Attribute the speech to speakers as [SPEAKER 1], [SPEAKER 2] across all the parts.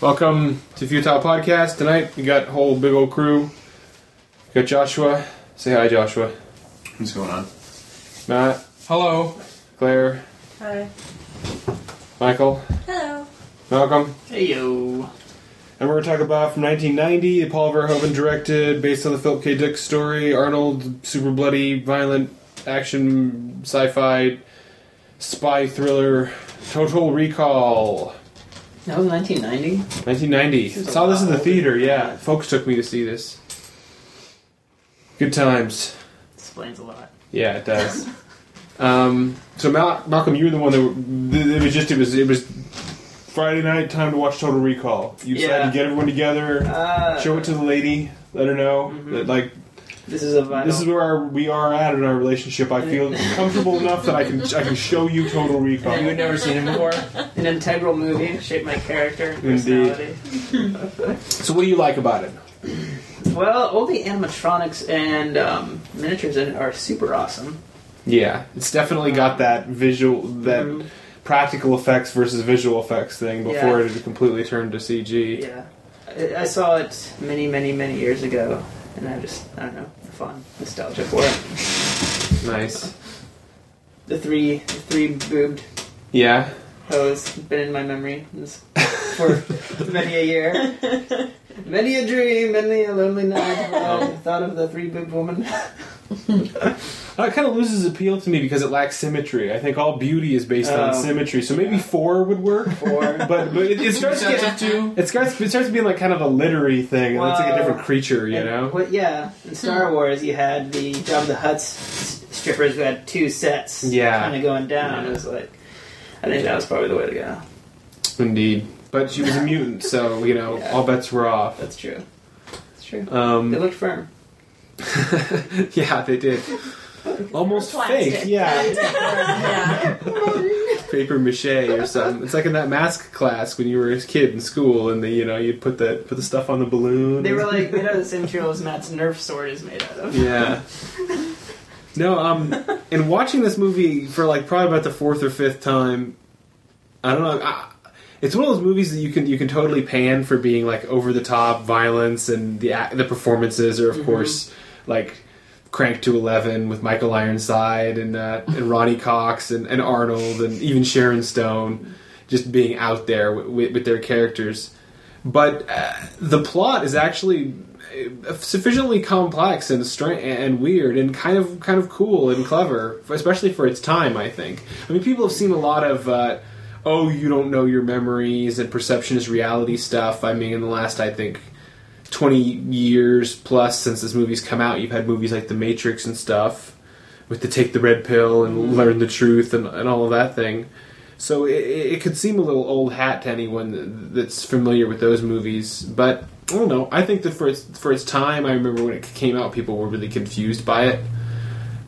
[SPEAKER 1] Welcome to Futile Podcast. Tonight we got whole big old crew. We got Joshua. Say hi, Joshua.
[SPEAKER 2] What's going on?
[SPEAKER 1] Matt. Hello. Claire.
[SPEAKER 3] Hi.
[SPEAKER 1] Michael.
[SPEAKER 3] Hello.
[SPEAKER 1] Malcolm.
[SPEAKER 4] Hey yo.
[SPEAKER 1] And we're going to talk about from 1990, Paul Verhoeven directed, based on the Philip K. Dick story, Arnold, super bloody, violent, action, sci fi, spy thriller, Total Recall.
[SPEAKER 4] That was 1990.
[SPEAKER 1] 1990. Saw this in the theater, yeah. Folks took me to see this. Good times.
[SPEAKER 4] Explains a lot.
[SPEAKER 1] Yeah, it does. um, so Mal- Malcolm, you were the one that were, it was just it was it was Friday night time to watch Total Recall. You decided
[SPEAKER 4] Yeah.
[SPEAKER 1] to get everyone together,
[SPEAKER 4] Uh, mm-hmm.
[SPEAKER 1] show it to the lady, let her know that like
[SPEAKER 4] This is a vital.
[SPEAKER 1] this is where our, we are at in our relationship. I feel comfortable enough that I can I can show you Total Recall.
[SPEAKER 4] You had never seen it before. An integral movie shaped my character and
[SPEAKER 1] Indeed.
[SPEAKER 4] personality.
[SPEAKER 1] So what do you like about it?
[SPEAKER 4] Well, all the animatronics and um, miniatures in it are super awesome.
[SPEAKER 1] Yeah, it's definitely
[SPEAKER 4] Uh-huh.
[SPEAKER 1] got that visual that.
[SPEAKER 4] Mhm.
[SPEAKER 1] Practical effects versus visual effects thing before
[SPEAKER 4] Yeah.
[SPEAKER 1] it had completely turned to CG.
[SPEAKER 4] Yeah, I, I saw it many, many, many years ago, and I just I don't know, fond nostalgia for it.
[SPEAKER 1] Nice.
[SPEAKER 4] The three, the three boobed
[SPEAKER 1] Yeah.
[SPEAKER 4] hoes been in my memory for many a year. Many a dream, many a lonely night. have I thought of the three boob woman.
[SPEAKER 1] Uh, It kind of loses appeal to me because it lacks symmetry. I think all beauty is based on
[SPEAKER 4] Oh.
[SPEAKER 1] symmetry, so maybe four would work.
[SPEAKER 4] Or
[SPEAKER 1] But but it, it starts getting
[SPEAKER 2] two.
[SPEAKER 1] it starts it starts being like kind of a literary thing, and it's like a
[SPEAKER 4] Well,
[SPEAKER 1] different creature, you
[SPEAKER 4] And
[SPEAKER 1] know.
[SPEAKER 4] what- yeah, in Star Wars, you had the Job the Hutt's strippers who had two sets,
[SPEAKER 1] Yeah.
[SPEAKER 4] kind of going down.
[SPEAKER 1] Yeah.
[SPEAKER 4] It was like, I think that was probably the way to go.
[SPEAKER 1] Indeed, but she was a mutant, so you know
[SPEAKER 4] Yeah.
[SPEAKER 1] all bets were off.
[SPEAKER 4] That's true. That's true. They
[SPEAKER 1] Um,
[SPEAKER 4] looked firm.
[SPEAKER 1] yeah, they did. Almost
[SPEAKER 3] Plastic.
[SPEAKER 1] fake, yeah.
[SPEAKER 3] yeah.
[SPEAKER 1] Paper mache or something. It's like in that mask class when you were a kid in school, and the you know you'd put the put the stuff on the balloon.
[SPEAKER 4] They were like made out of the same material as Matt's Nerf sword is made out of.
[SPEAKER 1] Yeah. No, um, and watching this movie for like probably about the fourth or fifth time, I don't know. I, it's one of those movies that you can you can totally pan for being like over the top violence and the ac- the performances are of course like cranked to eleven with Michael Ironside and uh, and Ronnie Cox and, and Arnold and even Sharon Stone just being out there with, with their characters, but uh, the plot is actually uh, sufficiently complex and stra- and weird and kind of kind of cool and clever, especially for its time. I think. I mean, people have seen a lot of. Uh, Oh, you don't know your memories and perception is reality stuff. I mean, in the last, I think, 20 years plus since this movie's come out, you've had movies like The Matrix and stuff with the take the red pill and learn the truth and, and all of that thing. So it, it it could seem a little old hat to anyone th- that's familiar with those movies, but I don't know. I think that for its for its time, I remember when it came out, people were really confused by it.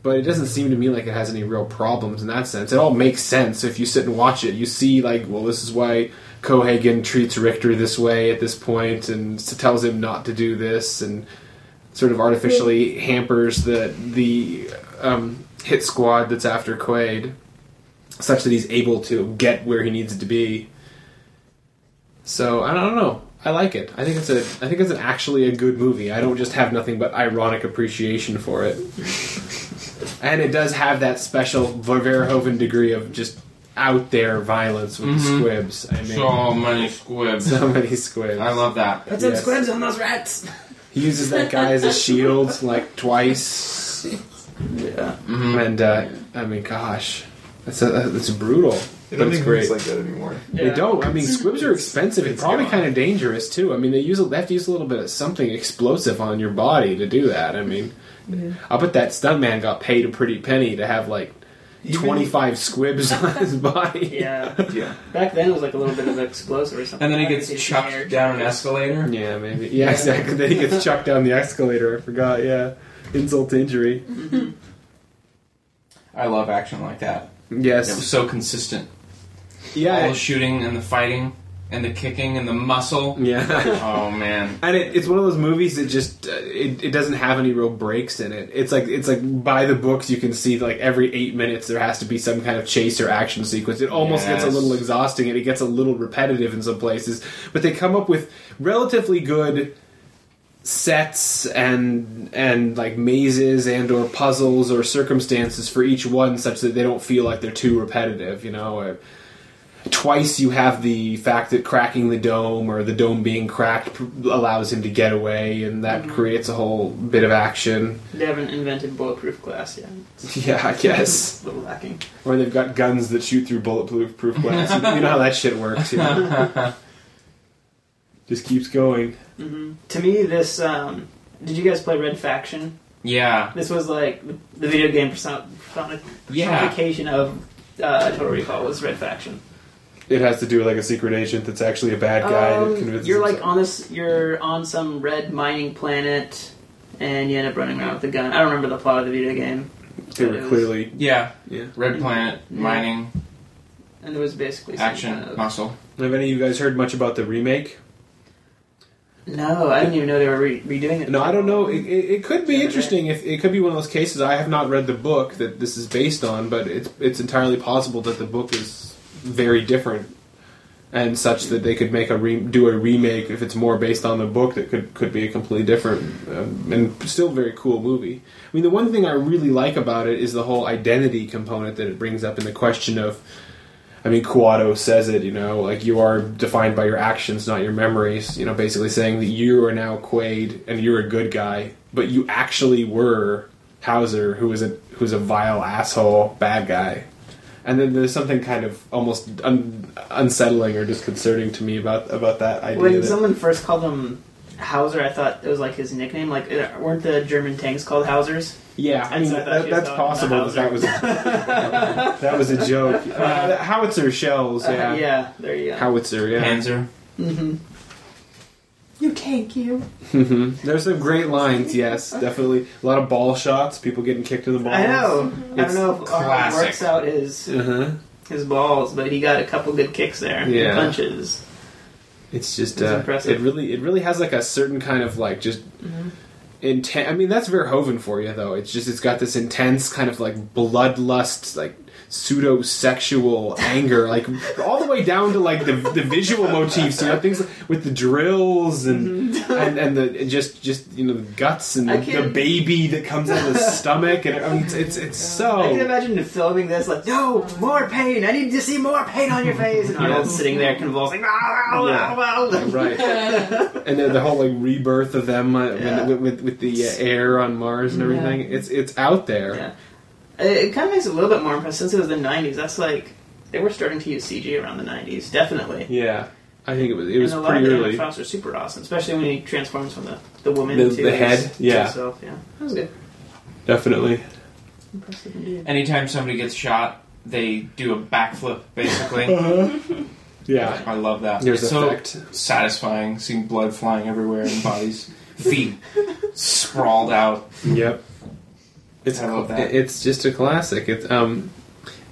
[SPEAKER 1] But it doesn't seem to me like it has any real problems in that sense. It all makes sense if you sit and watch it. You see, like, well, this is why Cohagen treats Richter this way at this point, and s- tells him not to do this, and sort of artificially hampers the the um, hit squad that's after Quaid, such that he's able to get where he needs to be. So I don't know. I like it. I think it's a. I think it's an actually a good movie. I don't just have nothing but ironic appreciation for it. and it does have that special Verhoeven degree of just out there violence with the
[SPEAKER 2] Mhm.
[SPEAKER 1] squibs. I mean,
[SPEAKER 2] So many squibs.
[SPEAKER 1] so many squibs.
[SPEAKER 2] I love that.
[SPEAKER 1] some
[SPEAKER 4] Put some
[SPEAKER 1] Yes. squibs
[SPEAKER 4] squibs on those rats.
[SPEAKER 1] He uses that guy as a shield like twice,
[SPEAKER 4] Yeah.
[SPEAKER 2] Mm-hmm.
[SPEAKER 1] and uh, I mean, gosh, that's a, that's brutal.
[SPEAKER 5] They
[SPEAKER 1] But
[SPEAKER 5] don't
[SPEAKER 1] it's
[SPEAKER 5] even
[SPEAKER 1] great.
[SPEAKER 5] movies like that anymore.
[SPEAKER 1] They don't. I mean, squibs are expensive and
[SPEAKER 5] it's
[SPEAKER 1] probably
[SPEAKER 5] gone.
[SPEAKER 1] kind of dangerous too. I mean, they use they have to use a little bit of something explosive on your body to do that. I mean, I bet that stuntman got paid a pretty penny to have like
[SPEAKER 5] Even-
[SPEAKER 1] twenty five squibs on his body.
[SPEAKER 4] Yeah.
[SPEAKER 5] Yeah.
[SPEAKER 4] Back then it was like a little bit of an explosive or something.
[SPEAKER 2] And then he
[SPEAKER 4] Like,
[SPEAKER 2] gets
[SPEAKER 4] it's
[SPEAKER 2] chucked
[SPEAKER 4] aired.
[SPEAKER 2] down an escalator.
[SPEAKER 1] Yeah, maybe. Yeah, exactly. Then he gets chucked down the escalator. I forgot. Yeah, insult to injury.
[SPEAKER 2] I love action like that. It was
[SPEAKER 1] Yes.
[SPEAKER 2] so consistent.
[SPEAKER 1] Yeah.
[SPEAKER 2] All the shooting and the fighting and the kicking and the muscle.
[SPEAKER 1] Yeah.
[SPEAKER 2] Oh man.
[SPEAKER 1] And it, it's one of those movies that just uh, it, it doesn't have any real breaks in it. It's like it's like by the books. You can see like every eight minutes there has to be some kind of chase or action sequence. It almost gets
[SPEAKER 2] Yes.
[SPEAKER 1] a little exhausting and it gets a little repetitive in some places. But they come up with relatively good sets and and like mazes and or puzzles or circumstances for each one, such that they don't feel like they're too repetitive. You know. Or, twice you have the fact that cracking the dome or the dome being cracked pr- allows him to get away and
[SPEAKER 4] Mm-hmm.
[SPEAKER 1] that creates a whole bit of action
[SPEAKER 4] They haven't invented bulletproof glass yet.
[SPEAKER 1] yeah i guess
[SPEAKER 4] It's a little lacking.
[SPEAKER 1] or they've got guns that shoot through bulletproof proof glass you know how that shit works you know? just keeps going
[SPEAKER 4] hmm To me, this. Um, did you guys play Red Faction?
[SPEAKER 2] Yeah.
[SPEAKER 4] This was like the the video game person- personi-
[SPEAKER 2] Yeah.
[SPEAKER 4] personification of uh, Total Recall was Red Faction.
[SPEAKER 1] it has to do with like a secret agent that's actually a bad guy
[SPEAKER 4] Um,
[SPEAKER 1] that convinces
[SPEAKER 4] you're like
[SPEAKER 1] himself-
[SPEAKER 4] on this. You're on some red mining planet, and you end up running around with a gun. I don't remember the plot of the video game,
[SPEAKER 1] they were clearly
[SPEAKER 2] Yeah.
[SPEAKER 1] yeah
[SPEAKER 2] Red planet, mining,
[SPEAKER 4] and there was basically some kind
[SPEAKER 2] action,
[SPEAKER 4] of-
[SPEAKER 2] muscle.
[SPEAKER 1] have any of you guys heard much about the remake
[SPEAKER 4] no, I didn't even know they were re- redoing it.
[SPEAKER 1] No, I don't know. It, it, it could be
[SPEAKER 4] Yeah,
[SPEAKER 1] interesting. If it could be one of those cases, I have not read the book that this is based on, but it's it's entirely possible that the book is very different and such that they could make a re- do a remake if it's more based on the book that could could be a completely different um, and still very cool movie. I mean, the one thing I really like about it is the whole identity component that it brings up in the question of. I mean, Cuato says it, you know, like you are defined by your actions, not your memories. You know, basically saying that you are now Quaid and you're a good guy, but you actually were Hauser, who was a who's a vile asshole, bad guy. And then there's something kind of almost un, unsettling or disconcerting to me about about that idea.
[SPEAKER 4] When
[SPEAKER 1] that,
[SPEAKER 4] someone first called him Hauser, I thought it was like his nickname. Like, uh, weren't the German tanks called Hausers?
[SPEAKER 1] yeah, I mean,
[SPEAKER 4] So I thought
[SPEAKER 1] that,
[SPEAKER 4] she was
[SPEAKER 1] that's
[SPEAKER 4] talking about
[SPEAKER 1] possible that that was that was a joke. Uh, howitzer shells, yeah.
[SPEAKER 4] Uh, yeah, there you go.
[SPEAKER 1] Howitzer, yeah.
[SPEAKER 2] Panzer.
[SPEAKER 4] hmm
[SPEAKER 3] You take you.
[SPEAKER 1] hmm There's some great lines, yes, definitely. A lot of ball shots, people getting kicked in the balls.
[SPEAKER 4] I know. I
[SPEAKER 1] It's
[SPEAKER 4] don't know if Arnold
[SPEAKER 2] classic.
[SPEAKER 4] works out his
[SPEAKER 1] Uh-huh.
[SPEAKER 4] his balls, but he got a couple good kicks there.
[SPEAKER 1] Yeah.
[SPEAKER 4] Punches.
[SPEAKER 1] It's just
[SPEAKER 4] It's
[SPEAKER 1] uh,
[SPEAKER 4] impressive. Mm-hmm.
[SPEAKER 1] It really, it really has like a certain kind of like just intense. I mean, that's Verhoeven for you, though. It's just it's got this intense kind of like bloodlust, like pseudo sexual anger, like all the way down to like the the visual motifs, you know, things like- with the drills and and and the and just just you know the guts and
[SPEAKER 4] Mm-hmm. I
[SPEAKER 1] the, the
[SPEAKER 4] can't-
[SPEAKER 1] baby that comes out of the stomach, and I mean, it's it's, it's so.
[SPEAKER 4] I can imagine filming this like, no, more pain. I need to see more pain on your face. And Arnold's sitting there convulsing. "Ow, ow,
[SPEAKER 1] Yeah.
[SPEAKER 4] ow, ow."
[SPEAKER 1] Right, and then the whole like rebirth of them uh,
[SPEAKER 4] Yeah.
[SPEAKER 1] with, with with the uh, air on Mars and
[SPEAKER 3] Yeah.
[SPEAKER 1] everything. It's it's out there.
[SPEAKER 4] Yeah. It, it kind of makes it a little bit more impressive since it was the '90s. That's like they were starting to use CG around the '90s, definitely.
[SPEAKER 1] Yeah. I think it was it was
[SPEAKER 4] and a lot
[SPEAKER 1] pretty
[SPEAKER 4] of the
[SPEAKER 1] early.
[SPEAKER 4] Frost are super awesome, especially when he transforms from the, the woman
[SPEAKER 1] The-
[SPEAKER 4] to
[SPEAKER 1] the
[SPEAKER 4] his-
[SPEAKER 1] head?
[SPEAKER 4] to
[SPEAKER 1] Yeah.
[SPEAKER 4] himself. Yeah, that was good.
[SPEAKER 1] Definitely.
[SPEAKER 4] Impressive indeed.
[SPEAKER 2] Anytime somebody gets shot, they do a backflip, basically.
[SPEAKER 1] Yeah.
[SPEAKER 2] I love that.
[SPEAKER 1] There's
[SPEAKER 2] it's so
[SPEAKER 1] effect.
[SPEAKER 2] satisfying seeing blood flying everywhere and bodies, feet sprawled out.
[SPEAKER 1] Yep. It's
[SPEAKER 2] I love
[SPEAKER 1] cl-
[SPEAKER 2] that.
[SPEAKER 1] it's just a classic. It's um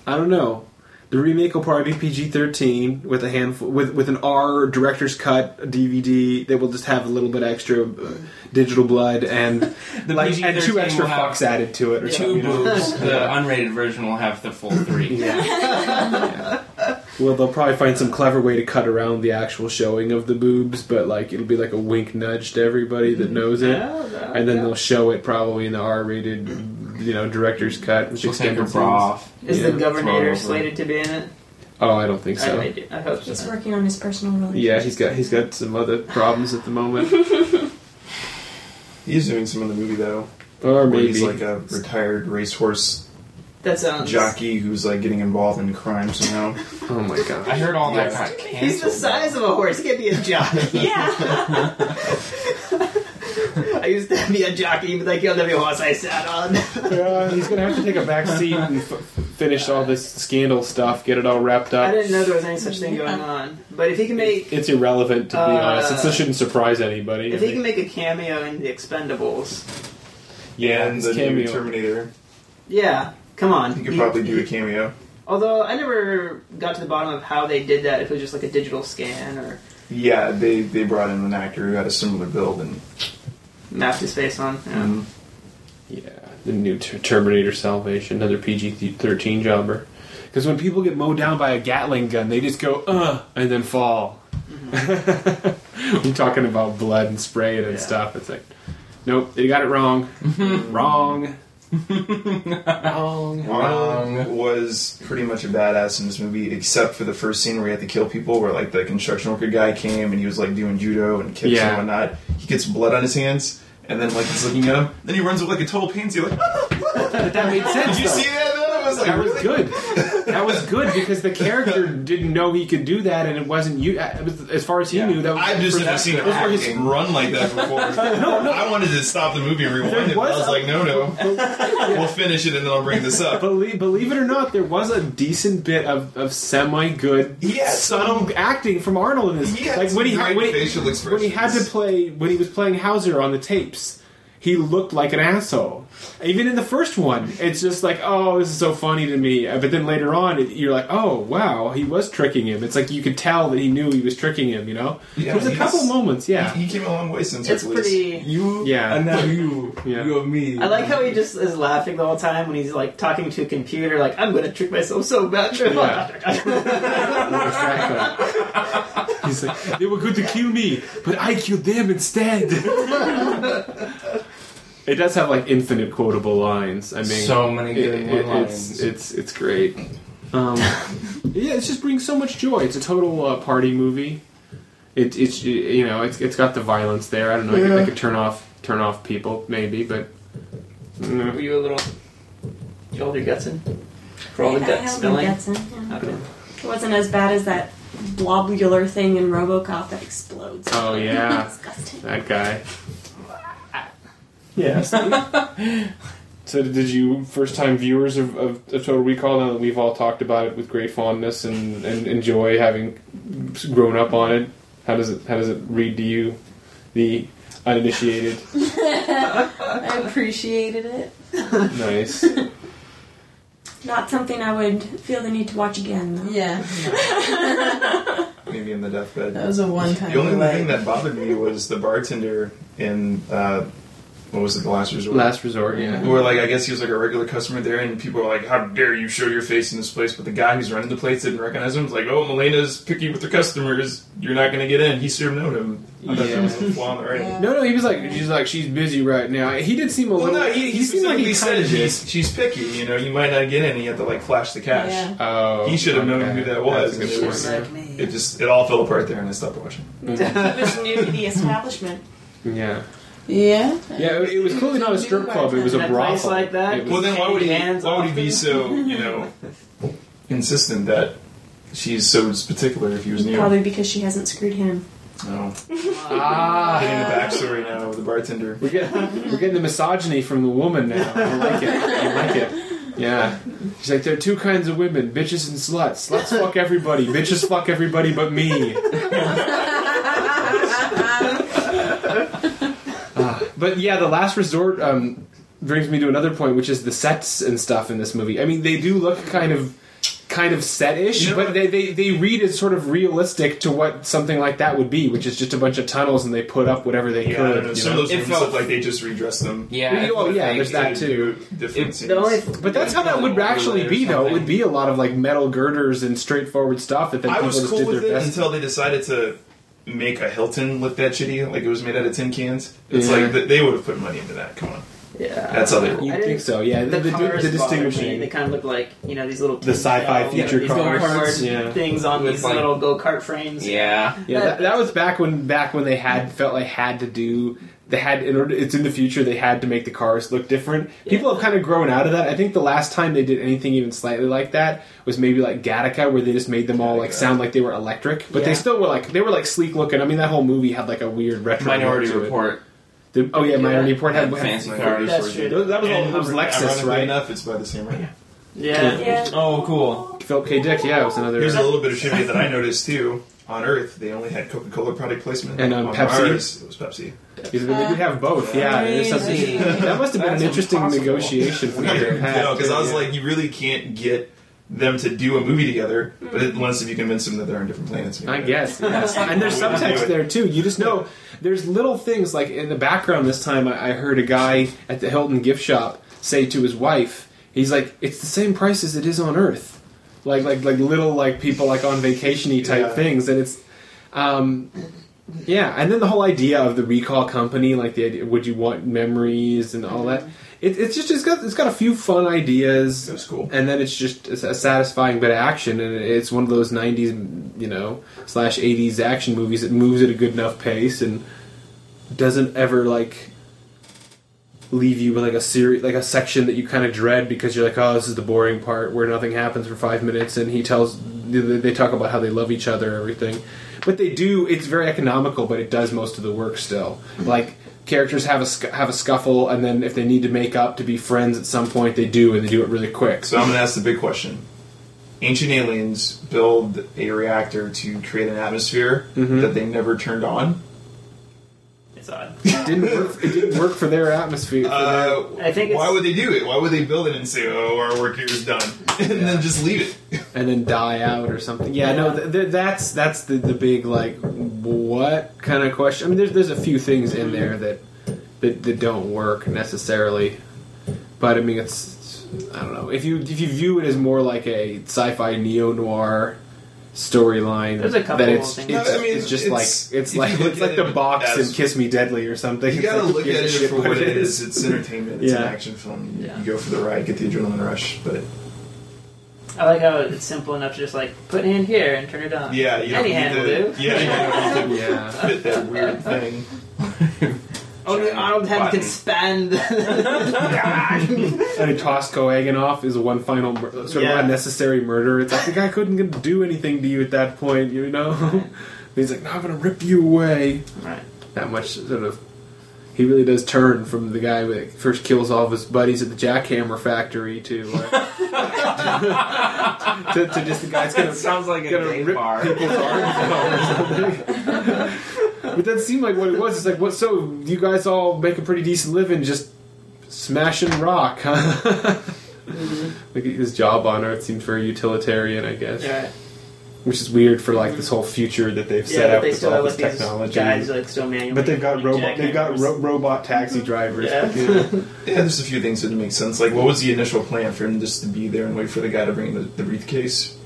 [SPEAKER 1] I don't know. The remake will probably be PG thirteen with a handful with with an R director's cut DVD that will just have a little bit extra uh, digital blood and
[SPEAKER 2] The
[SPEAKER 1] like and
[SPEAKER 2] PG-13
[SPEAKER 1] two extra
[SPEAKER 2] will have
[SPEAKER 1] fucks added to it or something.
[SPEAKER 2] Two
[SPEAKER 1] you know?
[SPEAKER 2] boobs. The unrated version will have the full three.
[SPEAKER 1] Yeah. Well, they'll probably find some clever way to cut around the actual showing of the boobs, but like it'll be like a wink nudge to everybody that knows it,
[SPEAKER 4] Mm-hmm. Yeah, that-
[SPEAKER 1] and then
[SPEAKER 4] yeah.
[SPEAKER 1] they'll show it probably in the R-rated, you know, director's cut. which
[SPEAKER 2] She'll take her
[SPEAKER 1] extends
[SPEAKER 2] bra
[SPEAKER 1] things.
[SPEAKER 2] off.
[SPEAKER 4] is
[SPEAKER 1] yeah,
[SPEAKER 4] the
[SPEAKER 1] throw
[SPEAKER 2] it
[SPEAKER 4] governor
[SPEAKER 2] over.
[SPEAKER 4] slated to be in it?
[SPEAKER 1] Oh, I don't think
[SPEAKER 4] I, I,
[SPEAKER 1] so.
[SPEAKER 4] do- I hope
[SPEAKER 3] He's
[SPEAKER 4] so.
[SPEAKER 3] working on his personal relationship.
[SPEAKER 1] Yeah, he's got he's got some other problems at the moment,
[SPEAKER 5] He is doing some in the movie though.
[SPEAKER 1] or
[SPEAKER 5] Where
[SPEAKER 1] maybe
[SPEAKER 5] he's like a retired racehorse
[SPEAKER 4] That sounds.
[SPEAKER 5] jockey who's like getting involved in crime somehow.
[SPEAKER 1] oh my god,
[SPEAKER 2] I heard all that
[SPEAKER 5] Yeah.
[SPEAKER 2] got canceled.
[SPEAKER 4] He's the size of a horse. He can't be a jockey.
[SPEAKER 3] Yeah.
[SPEAKER 4] I used to be a jockey, but I killed every horse I sat on.
[SPEAKER 1] Yeah, Uh, he's gonna have to take a back seat and f- finish all this scandal stuff, get it all wrapped
[SPEAKER 4] I
[SPEAKER 1] up.
[SPEAKER 4] didn't know there was any such thing going on. But if he can make
[SPEAKER 1] It's irrelevant to be
[SPEAKER 4] Uh,
[SPEAKER 1] honest. It's- It shouldn't surprise anybody.
[SPEAKER 4] if he can make a cameo in the Expendables,
[SPEAKER 1] yeah,
[SPEAKER 5] and
[SPEAKER 1] his
[SPEAKER 5] the new
[SPEAKER 1] cameo.
[SPEAKER 5] Terminator.
[SPEAKER 4] yeah, come on.
[SPEAKER 5] He could probably do a cameo.
[SPEAKER 4] Although I never got to the bottom of how they did that. If it was just like a digital scan or
[SPEAKER 5] Yeah, they, they brought in an actor who had a similar build and
[SPEAKER 4] mapped his face on. Yeah.
[SPEAKER 5] Mhm.
[SPEAKER 1] Yeah, the new ter- Terminator Salvation, another PG thirteen jobber. Because when people get mowed down by a Gatling gun, they just go uh and then fall.
[SPEAKER 5] Mm-hmm.
[SPEAKER 1] We're talking about blood and spraying and
[SPEAKER 4] Yeah.
[SPEAKER 1] stuff. It's like, nope, they got it wrong,
[SPEAKER 5] Mm-hmm.
[SPEAKER 1] wrong, wrong.
[SPEAKER 5] Wong was pretty much a badass in this movie, except for the first scene where he had to kill people, where like the construction worker guy came and he was like doing judo and kicks
[SPEAKER 1] Yeah.
[SPEAKER 5] and whatnot. He gets blood on his hands, and then like he's looking at him, then he runs with like a total pansy, like.
[SPEAKER 1] But that made sense.
[SPEAKER 5] Did you
[SPEAKER 1] though.
[SPEAKER 5] see that? Though? I was like,
[SPEAKER 1] That was
[SPEAKER 5] really?
[SPEAKER 1] good. That was good because the character didn't know he could do that, and it wasn't you. As far as he knew, that was
[SPEAKER 5] I've just never seen a
[SPEAKER 1] those were his-
[SPEAKER 5] acting run like that before. no, no. I wanted to stop the movie and rewind it, but I
[SPEAKER 1] was
[SPEAKER 5] was
[SPEAKER 1] a-
[SPEAKER 5] like, no, no. We'll finish it and then I'll bring this up.
[SPEAKER 1] Believe, believe it or not, there was a decent bit of, of semi good,
[SPEAKER 5] Yes.
[SPEAKER 1] subtle acting from Arnold in this.
[SPEAKER 5] He had
[SPEAKER 1] like when he,
[SPEAKER 5] some great
[SPEAKER 1] when,
[SPEAKER 5] facial
[SPEAKER 1] he when he had to
[SPEAKER 5] expressions.
[SPEAKER 1] play when he was playing Hauser on the tapes, he looked like an asshole. Even in the first one, it's just like, oh, this is so funny to me. Uh, But then later on, it, you're like, oh wow, he was tricking him. It's like you could tell that he knew he was tricking him. You know,
[SPEAKER 5] Yeah,
[SPEAKER 1] there's a
[SPEAKER 5] he's-
[SPEAKER 1] couple moments. Yeah,
[SPEAKER 5] He came a long way since
[SPEAKER 4] It's
[SPEAKER 5] Hercules.
[SPEAKER 4] pretty.
[SPEAKER 2] You
[SPEAKER 1] Yeah.
[SPEAKER 2] and now you,
[SPEAKER 1] Yeah.
[SPEAKER 2] you and me.
[SPEAKER 4] I like how he just is laughing the whole time when he's like talking to a computer, like I'm gonna trick myself so bad.
[SPEAKER 1] exactly. He's like, they were good to kill me, but I killed them instead. it does have like infinite quotable lines. I mean,
[SPEAKER 2] so many
[SPEAKER 1] it,
[SPEAKER 2] good
[SPEAKER 1] it-
[SPEAKER 2] one
[SPEAKER 1] it's,
[SPEAKER 2] lines.
[SPEAKER 1] it's it's great. Um, yeah, it just brings so much joy. It's a total uh, party movie. It, it's you know it's, it's got the violence there. I don't know. I, could, I could turn off turn off people maybe, but mm,
[SPEAKER 4] Were you a little? Did you hold your guts in for all the
[SPEAKER 3] Yeah, I
[SPEAKER 4] gut
[SPEAKER 3] held my
[SPEAKER 4] spilling?
[SPEAKER 3] guts in, yeah.
[SPEAKER 4] Okay.
[SPEAKER 3] It wasn't as bad as that blobular thing in RoboCop that explodes.
[SPEAKER 1] oh yeah,
[SPEAKER 3] Disgusting.
[SPEAKER 1] that guy. Yes. so did you first time viewers of, of, of Total Recall? Now that we've all talked about it with great fondness and, and enjoy having grown up on it, how does it how does it read to you, the uninitiated?
[SPEAKER 3] I appreciated it.
[SPEAKER 1] nice.
[SPEAKER 3] Not something I would feel the need to watch again, though.
[SPEAKER 6] Yeah,
[SPEAKER 5] Maybe in the deathbed.
[SPEAKER 4] Uh,
[SPEAKER 6] that was a one-time.
[SPEAKER 5] The only
[SPEAKER 6] delay.
[SPEAKER 5] thing that bothered me was the bartender in uh, what was it, the last resort?
[SPEAKER 1] Last resort. Yeah.
[SPEAKER 5] Where like I guess he was like a regular customer there, and people were like, "How dare you show your face in this place?" But the guy who's running the place didn't recognize him. It's like, "Oh, Melena's picky with the customers. You're not gonna get in." He should have known him. I thought that was a flaw in the writing.
[SPEAKER 6] Yeah.
[SPEAKER 1] No, no. He was like, she's like, she's busy right now. He did seem a
[SPEAKER 5] Well,
[SPEAKER 1] little.
[SPEAKER 5] no, he, he
[SPEAKER 1] seemed like
[SPEAKER 5] specifically
[SPEAKER 1] he
[SPEAKER 5] said
[SPEAKER 1] kinda
[SPEAKER 5] she's, she's picky. You know, you might not get in. And you have to like flash the cash.
[SPEAKER 6] Yeah.
[SPEAKER 1] Oh,
[SPEAKER 5] He should have known
[SPEAKER 1] okay.
[SPEAKER 5] who that was.
[SPEAKER 1] That's a
[SPEAKER 5] It
[SPEAKER 1] good
[SPEAKER 5] was-
[SPEAKER 1] point.
[SPEAKER 5] It just it all fell apart there, and I stopped watching.
[SPEAKER 3] He was new to the establishment.
[SPEAKER 1] Yeah.
[SPEAKER 6] Yeah.
[SPEAKER 1] Yeah, it it was clearly not a strip club. It was a
[SPEAKER 4] In a
[SPEAKER 1] brothel.
[SPEAKER 4] place like that?
[SPEAKER 1] It was-
[SPEAKER 5] Well, then why would he?
[SPEAKER 4] Hands
[SPEAKER 5] Why would he
[SPEAKER 4] off
[SPEAKER 5] be
[SPEAKER 4] him.
[SPEAKER 5] so you know insistent that she's so particular if he was new?
[SPEAKER 3] Probably because she hasn't screwed him.
[SPEAKER 5] No,
[SPEAKER 1] ah,
[SPEAKER 5] getting the backstory now with the bartender.
[SPEAKER 1] we're getting we're getting the misogyny from the woman now. I like it. I like it. Yeah, she's like there are two kinds of women: bitches and sluts. Sluts fuck everybody. Bitches fuck everybody but me. Ah, but yeah, the last resort um, brings me to another point, which is the sets and stuff in this movie. I mean, they do look kind of kind of set-ish,
[SPEAKER 5] You know-
[SPEAKER 1] but they, they they read as sort of realistic to what something like that would be, which is just a bunch of tunnels and they put up whatever they
[SPEAKER 5] Yeah, I don't
[SPEAKER 1] could.
[SPEAKER 5] know.
[SPEAKER 1] you
[SPEAKER 5] Some
[SPEAKER 1] know?
[SPEAKER 5] of those
[SPEAKER 2] It
[SPEAKER 5] rooms
[SPEAKER 2] felt-
[SPEAKER 5] look like they just redressed them.
[SPEAKER 2] yeah.
[SPEAKER 1] Oh, yeah,
[SPEAKER 2] like,
[SPEAKER 1] there's
[SPEAKER 2] it-
[SPEAKER 1] that, too.
[SPEAKER 5] Different
[SPEAKER 2] It-
[SPEAKER 5] scenes.
[SPEAKER 4] The only
[SPEAKER 1] But that's how that would actually be, though. It would be a lot of like metal girders and straightforward stuff that then
[SPEAKER 5] I
[SPEAKER 1] people
[SPEAKER 5] was
[SPEAKER 1] just
[SPEAKER 5] cool
[SPEAKER 1] did their
[SPEAKER 5] with it
[SPEAKER 1] best.
[SPEAKER 5] until they decided to make a Hilton look that shitty, like it was made out of tin cans. It's
[SPEAKER 1] Yeah.
[SPEAKER 5] like th- they would have put money into that. Come on,
[SPEAKER 4] yeah.
[SPEAKER 5] that's how they.
[SPEAKER 1] you
[SPEAKER 4] I
[SPEAKER 1] think
[SPEAKER 4] didn't-
[SPEAKER 1] so? Yeah, the,
[SPEAKER 4] The,
[SPEAKER 1] the,
[SPEAKER 4] cars
[SPEAKER 1] the
[SPEAKER 4] bothered me.
[SPEAKER 1] distinguishing.
[SPEAKER 4] They kind of look like you know these little
[SPEAKER 1] The sci-fi
[SPEAKER 4] tin
[SPEAKER 1] feature
[SPEAKER 4] these
[SPEAKER 1] cars.
[SPEAKER 4] cardboard
[SPEAKER 1] Yeah.
[SPEAKER 4] things on
[SPEAKER 2] With,
[SPEAKER 4] these
[SPEAKER 2] like-
[SPEAKER 4] little go kart frames.
[SPEAKER 2] Yeah.
[SPEAKER 1] Yeah, that, that was back when back when they had felt like had to do they had in order it's in the future they had to make the cars look different. People have kind of grown out of that. I think the last time they did anything even slightly like that was maybe like Gattaca where they just made them all like
[SPEAKER 5] Gattaca.
[SPEAKER 1] sound like they were electric, but they
[SPEAKER 4] Yeah.
[SPEAKER 1] still were like they were like sleek looking. I mean that whole movie had like a weird retro look
[SPEAKER 2] Minority
[SPEAKER 1] to it.
[SPEAKER 2] Report.
[SPEAKER 1] The- oh yeah, Minority Report had,
[SPEAKER 2] Had
[SPEAKER 1] had-
[SPEAKER 2] fancy
[SPEAKER 5] Like,
[SPEAKER 2] cars.
[SPEAKER 5] they
[SPEAKER 4] That's
[SPEAKER 5] sort of
[SPEAKER 4] true.
[SPEAKER 5] did.
[SPEAKER 1] that was all
[SPEAKER 5] And
[SPEAKER 1] it was
[SPEAKER 5] ironic-
[SPEAKER 1] Lexus,
[SPEAKER 5] ironically
[SPEAKER 1] right?
[SPEAKER 5] Enough, it's by the same writer.
[SPEAKER 4] Yeah.
[SPEAKER 3] Yeah.
[SPEAKER 2] Oh, cool.
[SPEAKER 1] Philip K. Dick, yeah, it was another.
[SPEAKER 5] Here's a little bit of trivia that I noticed too. On Earth, they only had Coca-Cola product placement,
[SPEAKER 1] And, um,
[SPEAKER 5] on
[SPEAKER 1] Pepsi?
[SPEAKER 5] Mars, it was Pepsi.
[SPEAKER 1] we could have both, yeah. there's something-
[SPEAKER 2] Crazy.
[SPEAKER 1] That must have been an
[SPEAKER 2] That's
[SPEAKER 1] interesting
[SPEAKER 2] impossible.
[SPEAKER 1] negotiation for
[SPEAKER 5] No,
[SPEAKER 1] you to have,
[SPEAKER 5] because I was
[SPEAKER 1] yeah.
[SPEAKER 5] like, you really can't get them to do a movie together,
[SPEAKER 4] Hmm.
[SPEAKER 5] but it lends if you convince them that they're on different planets. maybe.
[SPEAKER 1] I guess. yes. and there's subtext there too. You just know there's little things like in the background this time I, I heard a guy at the Hilton gift shop say to his wife, he's like, It's the same price as it is on Earth. Like like like little like people like on vacation y type
[SPEAKER 5] Yeah.
[SPEAKER 1] things and it's um yeah, and then the whole idea of the recall company, like the idea, would you want memories and all that? It, it's just it's got it's got a few fun ideas
[SPEAKER 5] It was cool.
[SPEAKER 1] and then it's just a a satisfying bit of action, and it's one of those '90s, you know, slash '80s action movies that moves at a good enough pace and doesn't ever like leave you with like a series, like a section that you kind of dread because you're like, oh, this is the boring part where nothing happens for five minutes, and he tells they- they talk about how they love each other, and everything, but they do. It's very economical, but it does most of the work still. Like characters have a sc- have a scuffle, and then if they need to make up to be friends at some point, they do, and they do it really quick.
[SPEAKER 5] So I'm going to ask the big question. Ancient aliens build a reactor to create an atmosphere that they never turned on.
[SPEAKER 4] It's odd.
[SPEAKER 1] didn't work. It didn't work for their atmosphere. for their-
[SPEAKER 5] Uh,
[SPEAKER 4] I think it's-
[SPEAKER 5] why would they do it? Why would they build it and say, "Oh, our work here is done," and then just leave it?
[SPEAKER 1] and then die out or something. Yeah, no, th- th- that's that's the, the big like what kind of question. I mean, there's there's a few things in there
[SPEAKER 5] Mm-hmm.
[SPEAKER 1] that that, that don't work necessarily, but I mean it's I don't know if you if you view it as more like a sci-fi neo noir storyline
[SPEAKER 4] There's a couple
[SPEAKER 1] that it's
[SPEAKER 4] things.
[SPEAKER 1] it's,
[SPEAKER 5] No, I mean,
[SPEAKER 1] it's just
[SPEAKER 5] it's-
[SPEAKER 1] like it's
[SPEAKER 5] if
[SPEAKER 1] like
[SPEAKER 5] you look
[SPEAKER 1] it's like
[SPEAKER 5] at
[SPEAKER 1] the
[SPEAKER 5] it
[SPEAKER 1] box
[SPEAKER 5] as-
[SPEAKER 1] and kiss me deadly or something
[SPEAKER 5] You
[SPEAKER 1] It's
[SPEAKER 5] gotta
[SPEAKER 1] like,
[SPEAKER 5] look
[SPEAKER 1] gives
[SPEAKER 5] at
[SPEAKER 1] a
[SPEAKER 5] it
[SPEAKER 1] shit
[SPEAKER 5] for
[SPEAKER 1] what
[SPEAKER 5] what it is. It's entertainment. It's
[SPEAKER 1] Yeah.
[SPEAKER 5] an action film. You-
[SPEAKER 4] Yeah.
[SPEAKER 5] You go for the ride, get the adrenaline rush. But
[SPEAKER 4] I like how it's simple enough to just like put hand here and turn it on.
[SPEAKER 5] yeah, you don't
[SPEAKER 4] Any
[SPEAKER 5] need
[SPEAKER 4] hand will do.
[SPEAKER 5] to, Yeah, you don't need
[SPEAKER 1] yeah
[SPEAKER 5] to fit that weird thing.
[SPEAKER 4] Only Arnold hand
[SPEAKER 5] Button.
[SPEAKER 4] can span.
[SPEAKER 1] And he tossed Coagan off is one final mur- uh, sort
[SPEAKER 4] Yeah.
[SPEAKER 1] of unnecessary murder. It's like the guy couldn't gonna do anything to you at that point, you know. He's like, "No, I'm gonna rip you away."
[SPEAKER 4] right.
[SPEAKER 1] That much sort of. He really does turn from the guy that first kills all of his buddies at the jackhammer factory to uh, to, to just the guy that's gonna
[SPEAKER 2] sounds like
[SPEAKER 1] gonna rip people's arms out or something. but that seemed like what it was. It's like, what? So you guys all make a pretty decent living, just smashing rock, huh?
[SPEAKER 4] Mm-hmm.
[SPEAKER 1] Like his job on Earth seems very utilitarian, I guess,
[SPEAKER 4] Right.
[SPEAKER 1] which is weird for like this whole future that they've
[SPEAKER 4] Yeah,
[SPEAKER 1] set
[SPEAKER 4] but
[SPEAKER 1] up
[SPEAKER 4] they
[SPEAKER 1] with
[SPEAKER 4] still
[SPEAKER 1] all
[SPEAKER 4] have
[SPEAKER 1] this
[SPEAKER 4] like these
[SPEAKER 1] technology.
[SPEAKER 4] guys uh, like still manually.
[SPEAKER 1] but they've got
[SPEAKER 4] pulling
[SPEAKER 1] robot, they've got
[SPEAKER 4] jackhammers.
[SPEAKER 1] ro- robot taxi drivers.
[SPEAKER 4] Yeah.
[SPEAKER 5] Yeah, there's a few things that make sense. Like, what was the initial plan for him just to be there and wait for the guy to bring the, the briefcase?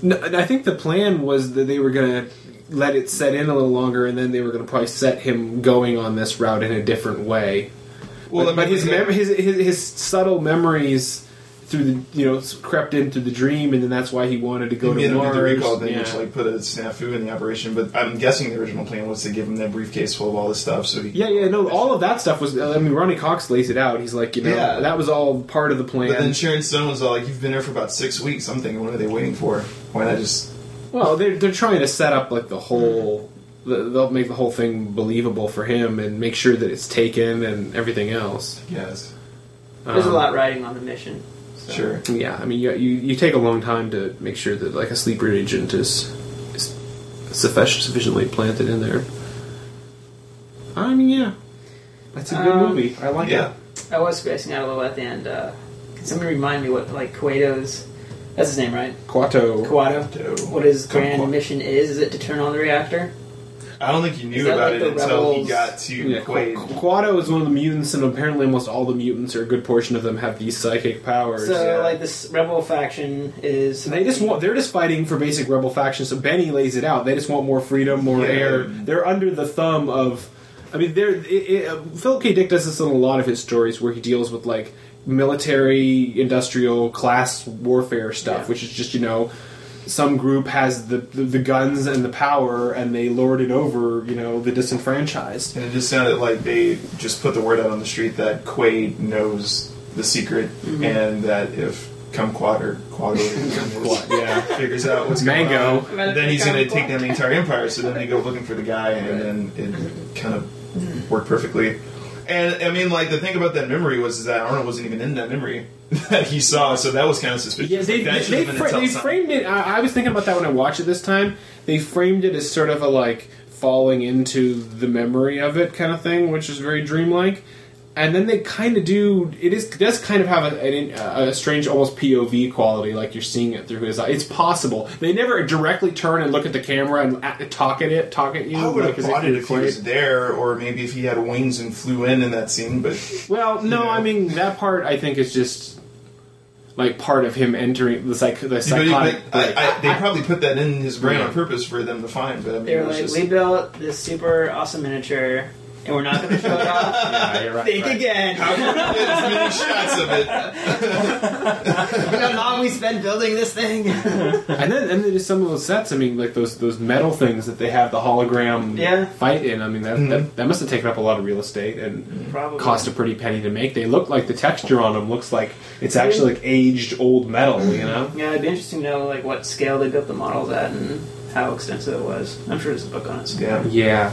[SPEAKER 1] No, and I think the plan was that they were going to let it set in a little longer, and then they were going to probably set him going on this route in a different way. Well, but,
[SPEAKER 5] I mean,
[SPEAKER 1] his,
[SPEAKER 5] the guy-
[SPEAKER 1] mem- his his his subtle memories through the you know crept in through the dream, and then that's why he wanted to go
[SPEAKER 5] They made
[SPEAKER 1] to
[SPEAKER 5] him do
[SPEAKER 1] Mars.
[SPEAKER 5] the recall thing,
[SPEAKER 1] yeah.
[SPEAKER 5] which like put a snafu in the operation. But I'm guessing the original plan was to give him that briefcase full of all this stuff. So he
[SPEAKER 1] yeah, yeah, no, all of that stuff was. I mean, Ronnie Cox lays it out. He's like, you know,
[SPEAKER 5] Yeah.
[SPEAKER 1] that was all part of the
[SPEAKER 5] But
[SPEAKER 1] plan.
[SPEAKER 5] then Sharon Stone was all like, "You've been there for about six weeks. I'm thinking, what are they waiting for? Why not just
[SPEAKER 1] Well, they're they're trying to set up like the whole.
[SPEAKER 5] Mm-hmm.
[SPEAKER 1] the- They'll make the whole thing believable for him and make sure that it's taken and everything else.
[SPEAKER 5] yes,
[SPEAKER 4] There's a
[SPEAKER 1] Um,
[SPEAKER 4] lot riding on the mission. So.
[SPEAKER 5] sure."
[SPEAKER 1] Yeah, I mean, you, you you take a long time to make sure that like a sleeper agent is, is suffic- sufficiently planted in there. I mean, yeah, that's a good
[SPEAKER 4] Um,
[SPEAKER 1] movie. I like
[SPEAKER 5] yeah.
[SPEAKER 1] it.
[SPEAKER 4] I was spacing out a little at the end. Uh, can somebody remind me what like Cueto's? That's his name, right?
[SPEAKER 1] Quato.
[SPEAKER 4] Cuato. What his
[SPEAKER 5] Come
[SPEAKER 4] grand
[SPEAKER 5] on.
[SPEAKER 4] mission is? Is it to turn on the reactor?
[SPEAKER 5] I don't think he
[SPEAKER 4] Is
[SPEAKER 5] knew
[SPEAKER 4] that
[SPEAKER 5] about
[SPEAKER 4] like
[SPEAKER 5] it
[SPEAKER 4] the
[SPEAKER 5] until
[SPEAKER 4] Rebels-
[SPEAKER 5] he got to
[SPEAKER 1] Yeah, Qu-
[SPEAKER 5] Quaid.
[SPEAKER 1] Quato is one of the mutants, and apparently almost all the mutants, or a good portion of them, have these psychic powers.
[SPEAKER 4] So
[SPEAKER 5] yeah.
[SPEAKER 4] like this rebel faction is.
[SPEAKER 1] So uh, they just want they're just fighting for basic rebel factions. So Benny lays it out. They just want more freedom, more
[SPEAKER 5] Yeah.
[SPEAKER 1] air. They're under the thumb of. I mean, they're, it, it, uh, Philip K. Dick does this in a lot of his stories where he deals with like military, industrial, class warfare stuff,
[SPEAKER 4] Yeah.
[SPEAKER 1] which is just you know some group has the, the the guns and the power and they lord it over you know the disenfranchised.
[SPEAKER 5] And it just sounded like they just put the word out on the street that Quaid knows the secret, and that if Kumquat or Quato
[SPEAKER 1] What? Yeah.
[SPEAKER 5] figures out what's
[SPEAKER 1] Mango.
[SPEAKER 5] going on, then he's going to take down the entire empire. So then they go looking for the guy, and then it kind of worked perfectly. And I mean, like the thing about that memory was is that Arnold wasn't even in that memory that he saw, so that was kind of suspicious.
[SPEAKER 1] Yeah, they,
[SPEAKER 5] Like, that
[SPEAKER 1] they,
[SPEAKER 5] should've
[SPEAKER 1] they,
[SPEAKER 5] been
[SPEAKER 1] fra-
[SPEAKER 5] tell
[SPEAKER 1] they
[SPEAKER 5] sign.
[SPEAKER 1] framed it. I, I was thinking about that when I watched it this time. They framed it as sort of a like falling into the memory of it kind of thing, which is very dreamlike. and then they kind of do. It is does kind of have a, an, a strange, almost POV quality, like you're seeing it through his eye. It's possible they never directly turn and look at the camera and at, talk at it, talk at you.
[SPEAKER 5] I would
[SPEAKER 1] like,
[SPEAKER 5] have
[SPEAKER 1] as if
[SPEAKER 5] bought it
[SPEAKER 1] you're
[SPEAKER 5] if he
[SPEAKER 1] afraid.
[SPEAKER 5] was there, or maybe if he had wings and flew in in that scene. But
[SPEAKER 1] Well, no,
[SPEAKER 5] know?
[SPEAKER 1] I mean that part. I think is just like part of him entering the psych the
[SPEAKER 5] you know,
[SPEAKER 1] psychotic.
[SPEAKER 5] but I, I, they probably put that in his brain
[SPEAKER 1] Yeah.
[SPEAKER 5] on purpose for them to find. But I mean,
[SPEAKER 4] They were
[SPEAKER 5] it was
[SPEAKER 4] like,
[SPEAKER 5] just,
[SPEAKER 4] we built this super awesome miniature, and we're not going to show it off.
[SPEAKER 1] yeah, you're right,
[SPEAKER 4] Think
[SPEAKER 1] right.
[SPEAKER 5] how
[SPEAKER 4] again.
[SPEAKER 5] can we get as many shots of it?
[SPEAKER 4] Look how long we spent building this thing.
[SPEAKER 1] And then and then just some of those sets. I mean, like those those metal things that they have the hologram
[SPEAKER 4] Yeah.
[SPEAKER 1] fight in. I mean, that,
[SPEAKER 5] Mhm.
[SPEAKER 1] that that must have taken up a lot of real estate and
[SPEAKER 4] Probably.
[SPEAKER 1] cost a pretty penny to make. They look like the texture on them looks like it's actually like aged old metal. You know.
[SPEAKER 4] Yeah, it'd be interesting to know like what scale they built the models at and how extensive it was. I'm sure there's a book on it. somewhere.
[SPEAKER 5] Yeah.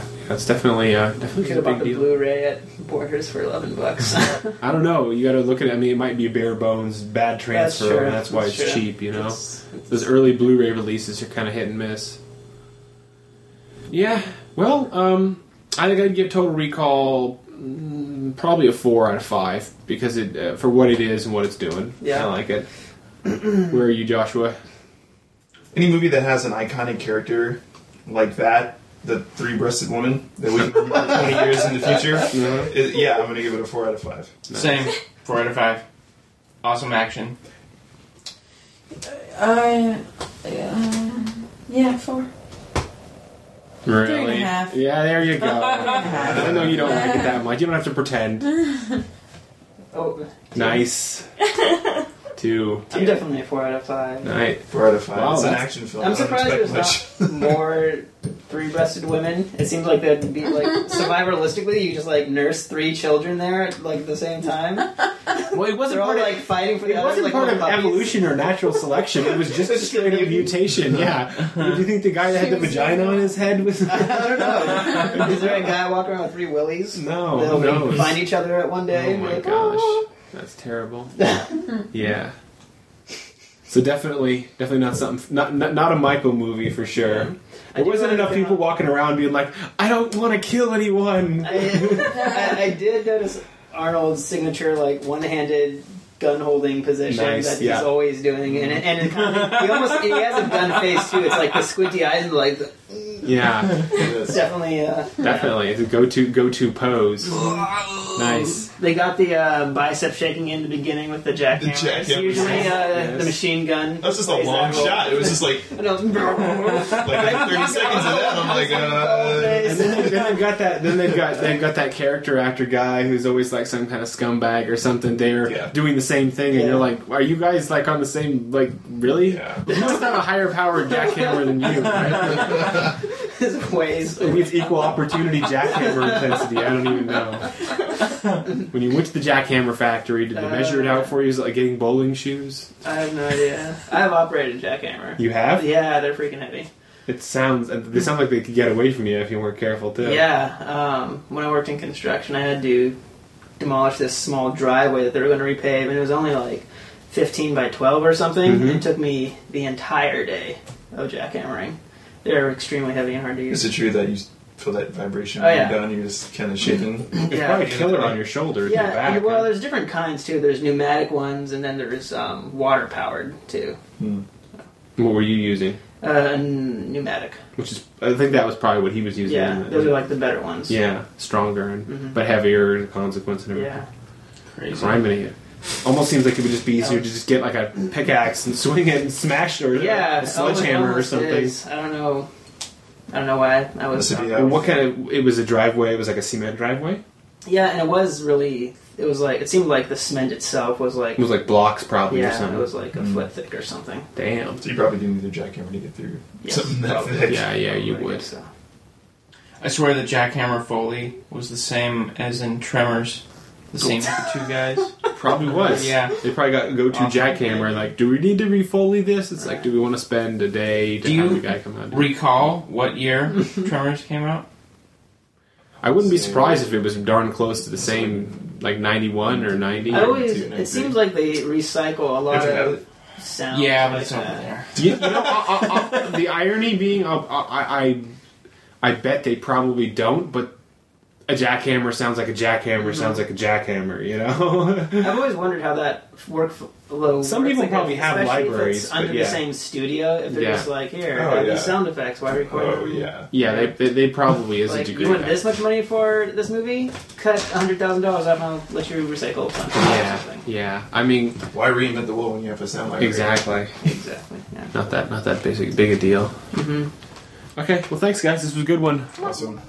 [SPEAKER 1] Yeah, that's definitely uh, definitely
[SPEAKER 4] We could
[SPEAKER 1] a
[SPEAKER 4] have
[SPEAKER 1] big
[SPEAKER 4] bought the
[SPEAKER 1] deal.
[SPEAKER 4] Blu-ray at Borders for 11 bucks.
[SPEAKER 1] I don't know. You got to look at. it. I mean, it might be bare bones, bad transfer,
[SPEAKER 4] true.
[SPEAKER 1] and that's why
[SPEAKER 4] That's
[SPEAKER 1] it's
[SPEAKER 4] true.
[SPEAKER 1] cheap. You know.
[SPEAKER 4] It's-
[SPEAKER 1] Those early Blu-ray releases are kind of hit and miss. Yeah. Well, um, I think I'd give Total Recall mm, probably a four out of five because it uh, for what it is and what it's doing.
[SPEAKER 4] Yeah.
[SPEAKER 1] I like it. Where are you, Joshua?
[SPEAKER 5] Any movie that has an iconic character like that, the three-breasted woman that we can remember 20 years in the future, it- yeah, I'm going to give it a four out of five.
[SPEAKER 2] Same. Four out of five. Awesome action.
[SPEAKER 6] Uh, uh, yeah, four.
[SPEAKER 1] Really?
[SPEAKER 6] a half.
[SPEAKER 1] Yeah. There you
[SPEAKER 6] Three and a
[SPEAKER 1] go.
[SPEAKER 6] half.
[SPEAKER 1] I know you don't like it that much. You don't have to pretend.
[SPEAKER 4] Oh,
[SPEAKER 1] Nice. Two.
[SPEAKER 4] I'm definitely a four out of five.
[SPEAKER 1] Night.
[SPEAKER 5] Four out of five.
[SPEAKER 1] Wow,
[SPEAKER 5] it's an
[SPEAKER 1] that's-
[SPEAKER 5] action film.
[SPEAKER 4] I'm
[SPEAKER 5] I don't
[SPEAKER 4] surprised
[SPEAKER 5] expect
[SPEAKER 4] there's not more three-breasted women. It seems like that'd be like survivalistically, you just like nurse three children there at like the same time.
[SPEAKER 1] Well, it wasn't
[SPEAKER 4] They're all
[SPEAKER 1] part of
[SPEAKER 4] like fighting for the
[SPEAKER 1] It
[SPEAKER 4] other,
[SPEAKER 1] wasn't
[SPEAKER 4] like,
[SPEAKER 1] part of
[SPEAKER 4] little puppies.
[SPEAKER 1] evolution or natural selection. It was just a
[SPEAKER 4] It's just
[SPEAKER 1] straight up
[SPEAKER 4] mutant.
[SPEAKER 1] mutation. Yeah. Do you think the guy that had the
[SPEAKER 6] She was-
[SPEAKER 1] vagina on his head was?
[SPEAKER 4] I don't know. Is there a guy walking around with three willies?
[SPEAKER 1] No,
[SPEAKER 4] They'll
[SPEAKER 1] who knows?
[SPEAKER 4] find each other at one day.
[SPEAKER 1] oh
[SPEAKER 4] and be
[SPEAKER 1] my
[SPEAKER 4] like,
[SPEAKER 1] gosh, that's terrible. yeah. So definitely, definitely not something, not not, not a Michael movie for sure.
[SPEAKER 4] I
[SPEAKER 1] There
[SPEAKER 4] do
[SPEAKER 1] wasn't
[SPEAKER 4] wanna
[SPEAKER 1] enough
[SPEAKER 4] point
[SPEAKER 1] people
[SPEAKER 4] out-
[SPEAKER 1] walking around being like, "I don't want to kill anyone."
[SPEAKER 4] I, I, I did notice Arnold's signature, like one-handed gun-holding position
[SPEAKER 1] Nice,
[SPEAKER 4] that
[SPEAKER 1] yeah.
[SPEAKER 4] he's always doing, and it, and it kind of, he almost he has a gun face too. It's like the squinty eyes and like the,
[SPEAKER 1] yeah,
[SPEAKER 4] it's
[SPEAKER 5] much.
[SPEAKER 4] definitely. Uh,
[SPEAKER 1] definitely. It's a go-to go-to pose. nice.
[SPEAKER 4] They got the uh, bicep shaking in the beginning with the jackhammer.
[SPEAKER 5] The jackhammer.
[SPEAKER 4] It's usually uh,
[SPEAKER 1] Yes.
[SPEAKER 4] the machine gun.
[SPEAKER 5] That's just a
[SPEAKER 4] plays
[SPEAKER 5] long
[SPEAKER 4] that role.
[SPEAKER 5] shot. It was just like
[SPEAKER 4] And I was-
[SPEAKER 5] like 30 seconds of that. I'm like, uh,
[SPEAKER 1] And then, they've, then they've got that. Then they've got they've got that character actor guy who's always like some kind of scumbag or something. They're
[SPEAKER 5] Yeah.
[SPEAKER 1] doing the same thing, and
[SPEAKER 4] Yeah.
[SPEAKER 1] you're like, "Are you guys like on the same like really?
[SPEAKER 5] yeah.
[SPEAKER 1] You must have a higher powered jackhammer than you.
[SPEAKER 4] oh,
[SPEAKER 1] Right?
[SPEAKER 4] His ways.
[SPEAKER 1] Maybe it's equal opportunity jackhammer intensity. I don't even know. When you went to the jackhammer factory, did they measure it out for you? Is it like getting bowling shoes?
[SPEAKER 4] I have no idea. I have operated a jackhammer.
[SPEAKER 1] You have?
[SPEAKER 4] Yeah, they're freaking heavy.
[SPEAKER 1] It sounds. They sound like they could get away from you if you weren't careful too.
[SPEAKER 4] Yeah. Um, when I worked in construction, I had to demolish this small driveway that they were going to repave, and it was only like 15 by 12 or something.
[SPEAKER 1] Mhm.
[SPEAKER 4] And it took me the entire day of jackhammering. They're extremely heavy and hard to
[SPEAKER 5] Is
[SPEAKER 4] use.
[SPEAKER 5] it true that you feel that vibration
[SPEAKER 4] Oh,
[SPEAKER 5] when
[SPEAKER 4] yeah.
[SPEAKER 5] you're done? You're just kind of shaking.
[SPEAKER 1] It's
[SPEAKER 4] Yeah.
[SPEAKER 1] probably a killer on your shoulders
[SPEAKER 4] yeah,
[SPEAKER 1] and back. uh,
[SPEAKER 4] and, well,
[SPEAKER 1] huh?
[SPEAKER 4] there's different kinds too. There's pneumatic ones, and then there's um, water powered too.
[SPEAKER 1] What were you using?
[SPEAKER 4] Uh, n- pneumatic.
[SPEAKER 1] which is I think that was probably what he was using.
[SPEAKER 4] Yeah,
[SPEAKER 1] in the-
[SPEAKER 4] those are like the better ones.
[SPEAKER 1] yeah, stronger and
[SPEAKER 4] Mhm.
[SPEAKER 1] but heavier in consequence and everything.
[SPEAKER 4] Yeah. Oh.
[SPEAKER 2] Crazy.
[SPEAKER 1] Crime in it. Almost seems like it would just be easier to just get like a pickaxe and swing it and smash it or
[SPEAKER 4] Yeah, oh,
[SPEAKER 1] a sledgehammer or
[SPEAKER 4] almost
[SPEAKER 1] something.
[SPEAKER 4] is. I don't know. I don't know why I was.
[SPEAKER 5] This would be
[SPEAKER 1] And uh, what kind of? It was a driveway. It was like a cement driveway.
[SPEAKER 4] Yeah, and it was really. It was like it seemed like the cement itself was like.
[SPEAKER 1] It was like blocks probably or
[SPEAKER 4] yeah,
[SPEAKER 1] something.
[SPEAKER 4] it was like a
[SPEAKER 5] Mm.
[SPEAKER 4] foot thick or something.
[SPEAKER 1] Damn.
[SPEAKER 5] So you probably do need a jackhammer to get through
[SPEAKER 4] Yes,
[SPEAKER 5] something that
[SPEAKER 4] probably.
[SPEAKER 5] thick.
[SPEAKER 1] Oh, Yeah, yeah, you
[SPEAKER 4] I
[SPEAKER 1] would.
[SPEAKER 4] guess So.
[SPEAKER 2] I swear the jackhammer Foley was the same as in Tremors. The same with the two guys.
[SPEAKER 1] Probably was.
[SPEAKER 2] Yeah.
[SPEAKER 1] They probably got go to
[SPEAKER 2] Awesome.
[SPEAKER 1] jackhammer and like, do we need to refoley this? It's like, do we want to spend a day to
[SPEAKER 2] Do
[SPEAKER 1] have
[SPEAKER 2] you
[SPEAKER 1] the guy come out? and do it?
[SPEAKER 2] Recall what year Tremors came out?
[SPEAKER 1] I wouldn't be
[SPEAKER 5] Same.
[SPEAKER 1] surprised if it was darn close to the same, like ninety one or ninety.
[SPEAKER 4] I always.
[SPEAKER 5] Two and
[SPEAKER 4] It
[SPEAKER 5] eight.
[SPEAKER 4] seems like they recycle a
[SPEAKER 5] If
[SPEAKER 4] lot
[SPEAKER 5] you have
[SPEAKER 4] of
[SPEAKER 5] it.
[SPEAKER 4] sounds.
[SPEAKER 2] Yeah,
[SPEAKER 4] like
[SPEAKER 2] but it's over
[SPEAKER 4] that.
[SPEAKER 2] there.
[SPEAKER 1] You, you know, uh, I, I, uh, I, the irony being, I, I, I, I bet they probably don't, but a jackhammer sounds like a jackhammer sounds like a jackhammer, you know?
[SPEAKER 4] I've always wondered how that workflow.
[SPEAKER 1] Some
[SPEAKER 4] works,
[SPEAKER 1] people
[SPEAKER 4] like,
[SPEAKER 1] probably have
[SPEAKER 4] especially
[SPEAKER 1] libraries,
[SPEAKER 4] if it's
[SPEAKER 1] but
[SPEAKER 4] under
[SPEAKER 1] yeah.
[SPEAKER 4] the same studio. If they're
[SPEAKER 1] Yeah.
[SPEAKER 4] just like, here,
[SPEAKER 5] Oh,
[SPEAKER 4] have
[SPEAKER 5] yeah.
[SPEAKER 4] these sound effects. Why record?
[SPEAKER 5] Oh
[SPEAKER 4] them?
[SPEAKER 5] yeah.
[SPEAKER 1] yeah, they, they, they probably is
[SPEAKER 4] Like,
[SPEAKER 1] a degree.
[SPEAKER 4] you want
[SPEAKER 1] of that.
[SPEAKER 4] this much money for this movie? Cut hundred thousand dollars off, and I'll let you recycle something. Or
[SPEAKER 1] Yeah,
[SPEAKER 4] something.
[SPEAKER 1] yeah. I mean,
[SPEAKER 5] Why reinvent the wheel when you have a sound library?
[SPEAKER 1] exactly.
[SPEAKER 4] Exactly. Yeah.
[SPEAKER 1] Not that, not that basic, big a deal.
[SPEAKER 4] Mm-hmm.
[SPEAKER 1] Okay, well, thanks, guys. This was a good one.
[SPEAKER 5] Awesome.